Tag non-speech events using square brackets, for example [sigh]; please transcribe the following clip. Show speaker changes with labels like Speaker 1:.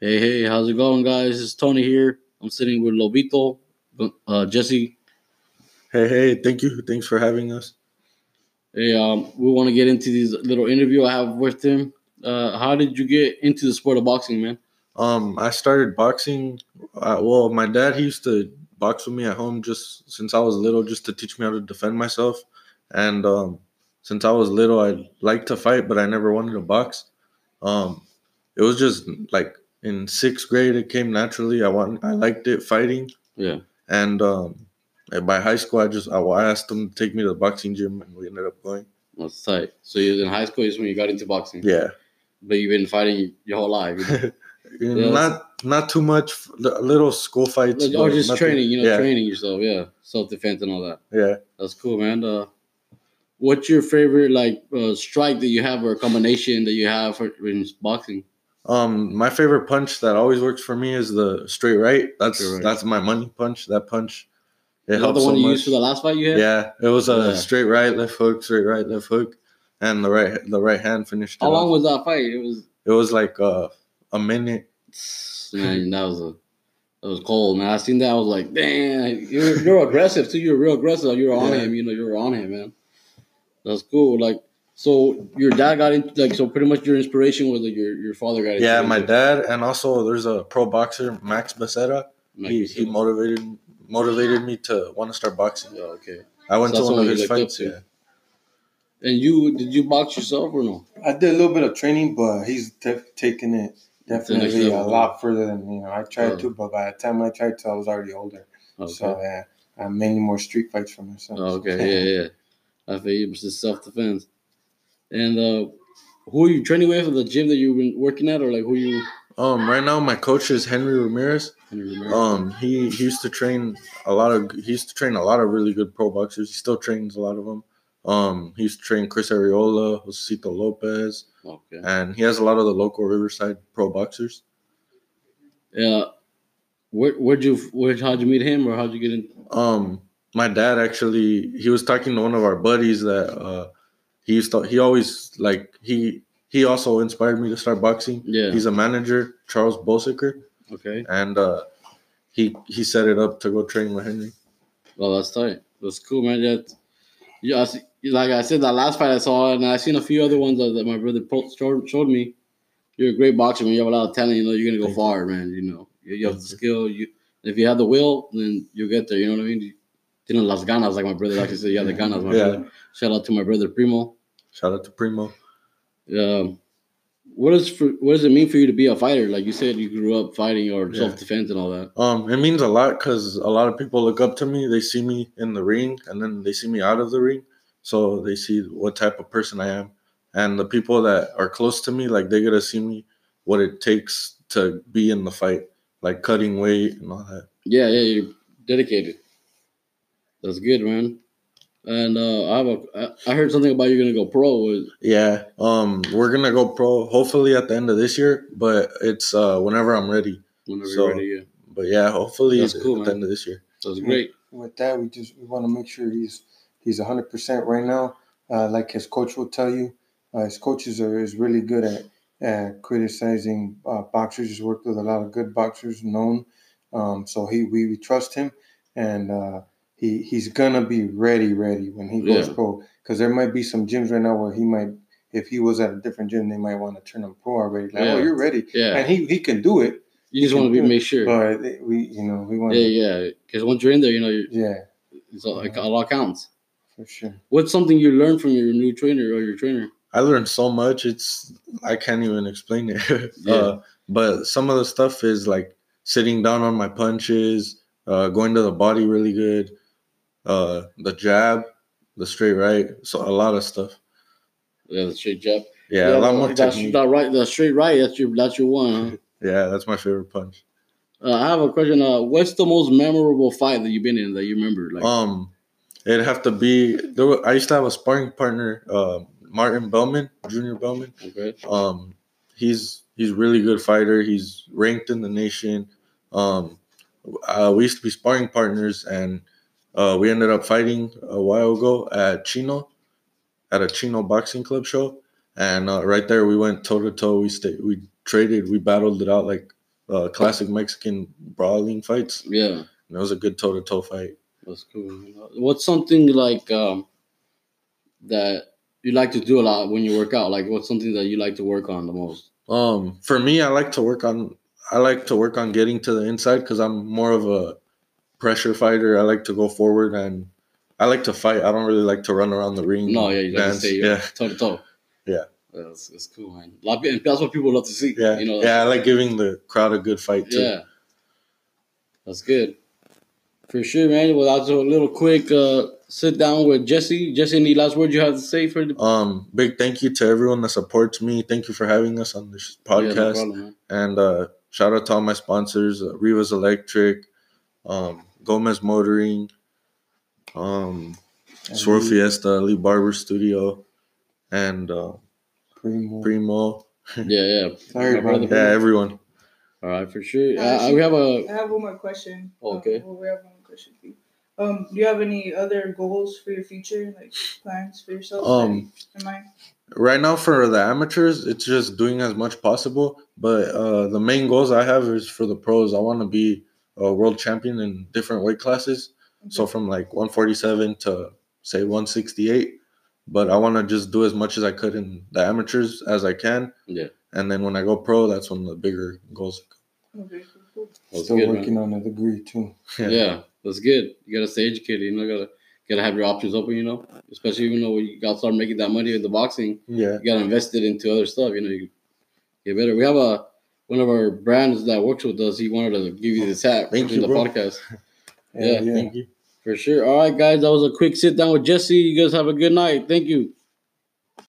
Speaker 1: Hey, hey, how's it going, guys? It's Tony here. I'm sitting with Lobito, uh, Jesse.
Speaker 2: Hey, hey, thank you. Thanks for having us.
Speaker 1: Hey, um, we want to get into this little interview I have with him. Uh, how did you get into the sport of boxing, man?
Speaker 2: Um, I started boxing. Uh, well, my dad he used to box with me at home just since I was little, just to teach me how to defend myself. And um, since I was little, I liked to fight, but I never wanted to box. Um, it was just like in sixth grade, it came naturally. I want, I liked it fighting,
Speaker 1: Yeah.
Speaker 2: and um, and by high school, I just I asked them to take me to the boxing gym, and we ended up going.
Speaker 1: That's tight. So you was in high school is when you got into boxing,
Speaker 2: Yeah.
Speaker 1: but you've been fighting your whole
Speaker 2: [laughs]
Speaker 1: life. you know?
Speaker 2: You know,
Speaker 1: Yeah.
Speaker 2: Not not too much. li- Little school fights.
Speaker 1: Like, or
Speaker 2: but
Speaker 1: just
Speaker 2: nothing-
Speaker 1: training, you know,
Speaker 2: yeah,
Speaker 1: training yourself, yeah, self defense and all that.
Speaker 2: Yeah.
Speaker 1: That's cool, man. Uh, what's your favorite like uh, strike that you have or combination that you have for, in boxing?
Speaker 2: Um, my favorite punch that always works for me is the straight right. That's
Speaker 1: Straight right.
Speaker 2: that's my money punch. That punch. It
Speaker 1: Is that
Speaker 2: helps
Speaker 1: the one
Speaker 2: so
Speaker 1: you
Speaker 2: much.
Speaker 1: used for the last fight you had?
Speaker 2: yeah, it was a
Speaker 1: Yeah.
Speaker 2: straight right, left hook, straight right, left hook, and the right the right hand finished.
Speaker 1: How
Speaker 2: it
Speaker 1: long
Speaker 2: off.
Speaker 1: was that fight? It was
Speaker 2: it was like uh, a minute.
Speaker 1: Man, that was a that was cold, man. I seen that. I was like, damn, you're, you're aggressive too. You're real aggressive. You're on
Speaker 2: Yeah.
Speaker 1: him. You know, you're on him, man. That's cool. Like, so your dad got into like, so pretty much your inspiration was like your your father got into.
Speaker 2: Yeah,
Speaker 1: it.
Speaker 2: my dad, and also there's a pro boxer Max Becerra.
Speaker 1: Like,
Speaker 2: he he motivated motivated me to want to start boxing.
Speaker 1: oh, okay.
Speaker 2: I went
Speaker 1: So
Speaker 2: to
Speaker 1: that's
Speaker 2: one
Speaker 1: what
Speaker 2: of
Speaker 1: you
Speaker 2: his
Speaker 1: looked up
Speaker 2: fights.
Speaker 1: to.
Speaker 2: Yeah.
Speaker 1: And you did you box yourself or no?
Speaker 3: I did a little bit of training, but he's def- taking it
Speaker 1: It's the next
Speaker 3: definitely a
Speaker 1: level.
Speaker 3: lot further than you know. I tried
Speaker 1: Oh.
Speaker 3: to, but by the time I tried to, I was already older.
Speaker 1: Okay.
Speaker 3: So yeah, I had many more street fights for myself.
Speaker 1: Oh, okay. Yeah, yeah. I feel you. It's just self defense. And uh, who are you training with at the gym that you've been working at, or like who you?
Speaker 2: Um, right now my coach is Henry Ramirez. Um, he, he used to train a lot of he used to train a lot of really good pro boxers. He still trains a lot of them. Um, he used to train Chris Areola, Josito Lopez,
Speaker 1: Okay.
Speaker 2: and he has a lot of the local Riverside pro boxers.
Speaker 1: Yeah. Where where'd you where how'd you meet him or how'd you get in?
Speaker 2: Um, my dad actually he was talking to one of our buddies that uh, he used to he always like he he also inspired me to start boxing.
Speaker 1: Yeah.
Speaker 2: He's a manager, Charles Bosicker,
Speaker 1: okay.
Speaker 2: and uh, he he set it up to go train with Henry.
Speaker 1: Well, that's tight. That's cool, man. That yeah, I see, like I said, that last fight I saw, and I seen a few other ones that, that my brother po- showed, showed me. You're a great boxer, man. You have a lot of talent. You know, you're gonna go
Speaker 2: Thank you.
Speaker 1: far, man. You know, you, you have the
Speaker 2: Thank you.
Speaker 1: skill. You if you have the will, then you'll get there. You know what I mean? You, you know, las ganas, like my brother like to say. You have the ganas, my
Speaker 2: Yeah.
Speaker 1: brother. Shout out to my brother Primo.
Speaker 2: Shout out to Primo.
Speaker 1: Um, what is for, what does it mean for you to be a fighter? Like you said, you grew up fighting or
Speaker 2: Yeah.
Speaker 1: self defense and all that.
Speaker 2: Um, it means a lot because a lot of people look up to me. They see me in the ring, and then they see me out of the ring, so they see what type of person I am. And the people that are close to me, like they gotta see me what it takes to be in the fight, like cutting weight and all that.
Speaker 1: Yeah, yeah, you're dedicated. That's good, man. And uh, I have a, I I heard something about you're gonna go pro.
Speaker 2: Yeah. Um, we're gonna go pro hopefully at the end of this year, but it's uh whenever I'm ready.
Speaker 1: Whenever
Speaker 2: So-
Speaker 1: you're ready, yeah.
Speaker 2: But yeah, hopefully
Speaker 1: That's
Speaker 2: at
Speaker 1: cool,
Speaker 2: the
Speaker 1: man.
Speaker 2: end of this year.
Speaker 1: That's great.
Speaker 3: With that, we just we want to make sure he's he's hundred percent right now. Uh, like his coach will tell you, uh, his coaches are is really good at at criticizing uh, boxers. He's worked with a lot of good boxers, known. Um, so he we, we trust him, and uh, he he's gonna be ready, ready when he goes
Speaker 1: Yeah.
Speaker 3: pro. Because there might be some gyms right now where he might, if he was at a different gym, they might want to turn him pro already. Like, oh,
Speaker 1: Yeah.
Speaker 3: you're ready,
Speaker 1: Yeah,
Speaker 3: and he he can do it.
Speaker 1: you just want to be make
Speaker 2: Uh,
Speaker 1: sure.
Speaker 3: But it- we, you know, we want
Speaker 1: Yeah,
Speaker 3: to,
Speaker 1: yeah. Because once you're in there, you know, you're,
Speaker 3: yeah,
Speaker 1: it's all, like, a lot counts.
Speaker 3: for sure.
Speaker 1: What's something you learned from your new trainer or your trainer?
Speaker 2: I learned so much. It's I can't even explain it. [laughs]
Speaker 1: Yeah.
Speaker 2: uh, but some of the stuff is like sitting down on my punches, uh, going to the body really good, uh, the jab, the straight right. So a lot of stuff.
Speaker 1: Yeah, the straight jab.
Speaker 2: Yeah, a lot more
Speaker 1: that's,
Speaker 2: technique.
Speaker 1: That right, the straight right. That's your that's your one. Huh?
Speaker 2: yeah, that's my favorite punch.
Speaker 1: Uh, I have a question. Uh, what's the most memorable fight that you've been in that you remember? Like,
Speaker 2: Um, it'd have to be. There were, I used to have a sparring partner, uh, Martin Bellman, Junior Bellman.
Speaker 1: okay,
Speaker 2: Um, he's he's a really good fighter. He's ranked in the nation. Um, uh, we used to be sparring partners, and uh, we ended up fighting a while ago at Chino, at a Chino boxing club show. And uh, right there, we went toe to toe. We stayed, we traded, we battled it out like uh, classic Mexican brawling fights.
Speaker 1: Yeah,
Speaker 2: And it was a good toe to toe fight.
Speaker 1: that's cool. What's something like um, that you like to do a lot when you work out? Like, what's something that you like to work on the most?
Speaker 2: Um, for me, I like to work on I like to work on getting to the inside because I'm more of a pressure fighter. I like to go forward and I like to fight. I don't really like to run around the ring.
Speaker 1: No, yeah, you like to
Speaker 2: dance.
Speaker 1: say
Speaker 2: yeah,
Speaker 1: [laughs] toe to toe.
Speaker 2: Yeah.
Speaker 1: that's, that's cool, man. A lot of, people- and that's what people love to see.
Speaker 2: yeah,
Speaker 1: you know.
Speaker 2: yeah. I like giving the crowd a good fight too.
Speaker 1: Yeah. That's good. For sure, man. Well, I'll do a little quick uh, sit down with Jesse. Jesse, any last words you have to say for the
Speaker 2: Um, big thank you to everyone that supports me. Thank you for having us on this
Speaker 1: Yeah, no
Speaker 2: podcast.
Speaker 1: problem, man.
Speaker 2: And uh, shout out to all my sponsors: uh, Rivas Electric, um, Gomez Motoring, um, Swirl
Speaker 3: Ali
Speaker 2: Fiesta, Lee Barber Studio, and uh,
Speaker 3: Primo.
Speaker 2: Primo.
Speaker 1: yeah, yeah.
Speaker 3: Sorry,
Speaker 1: My
Speaker 3: brother.
Speaker 2: Yeah, everyone.
Speaker 1: All right, for sure. Uh, we have a
Speaker 4: I have one more question.
Speaker 2: Oh,
Speaker 1: Okay.
Speaker 4: Um, well, we have one more question for you. Um, do you have any other goals for your future, like plans for yourself?
Speaker 2: Um,
Speaker 4: in mind?
Speaker 2: Right now, for the amateurs, it's just doing as much possible. But uh, the main goals I have is for the pros. I want to be a world champion in different weight classes. So from like 147 to say 168. But I want to just do as much as I could in the amateurs as I can.
Speaker 1: Yeah.
Speaker 2: And then when I go pro, that's when the bigger goals.
Speaker 4: Okay, cool, cool.
Speaker 1: that's
Speaker 3: Still
Speaker 1: good,
Speaker 3: working on a degree too.
Speaker 1: man. Yeah, that's good. You gotta stay educated. You know, gotta gotta have your options open. You know, especially even though you gotta start making that money with the boxing,
Speaker 2: Yeah.
Speaker 1: you gotta invest it into other stuff. You know, you get better. We have a one of our brands that works with us. He wanted to give you this hat
Speaker 2: Thank
Speaker 1: in
Speaker 2: you,
Speaker 1: the
Speaker 2: bro.
Speaker 1: podcast.
Speaker 3: Yeah,
Speaker 1: Yeah.
Speaker 3: yeah.
Speaker 2: Thank you.
Speaker 1: For sure. All right, guys, that was a quick sit down with Jesse. You guys have a good night. Thank you.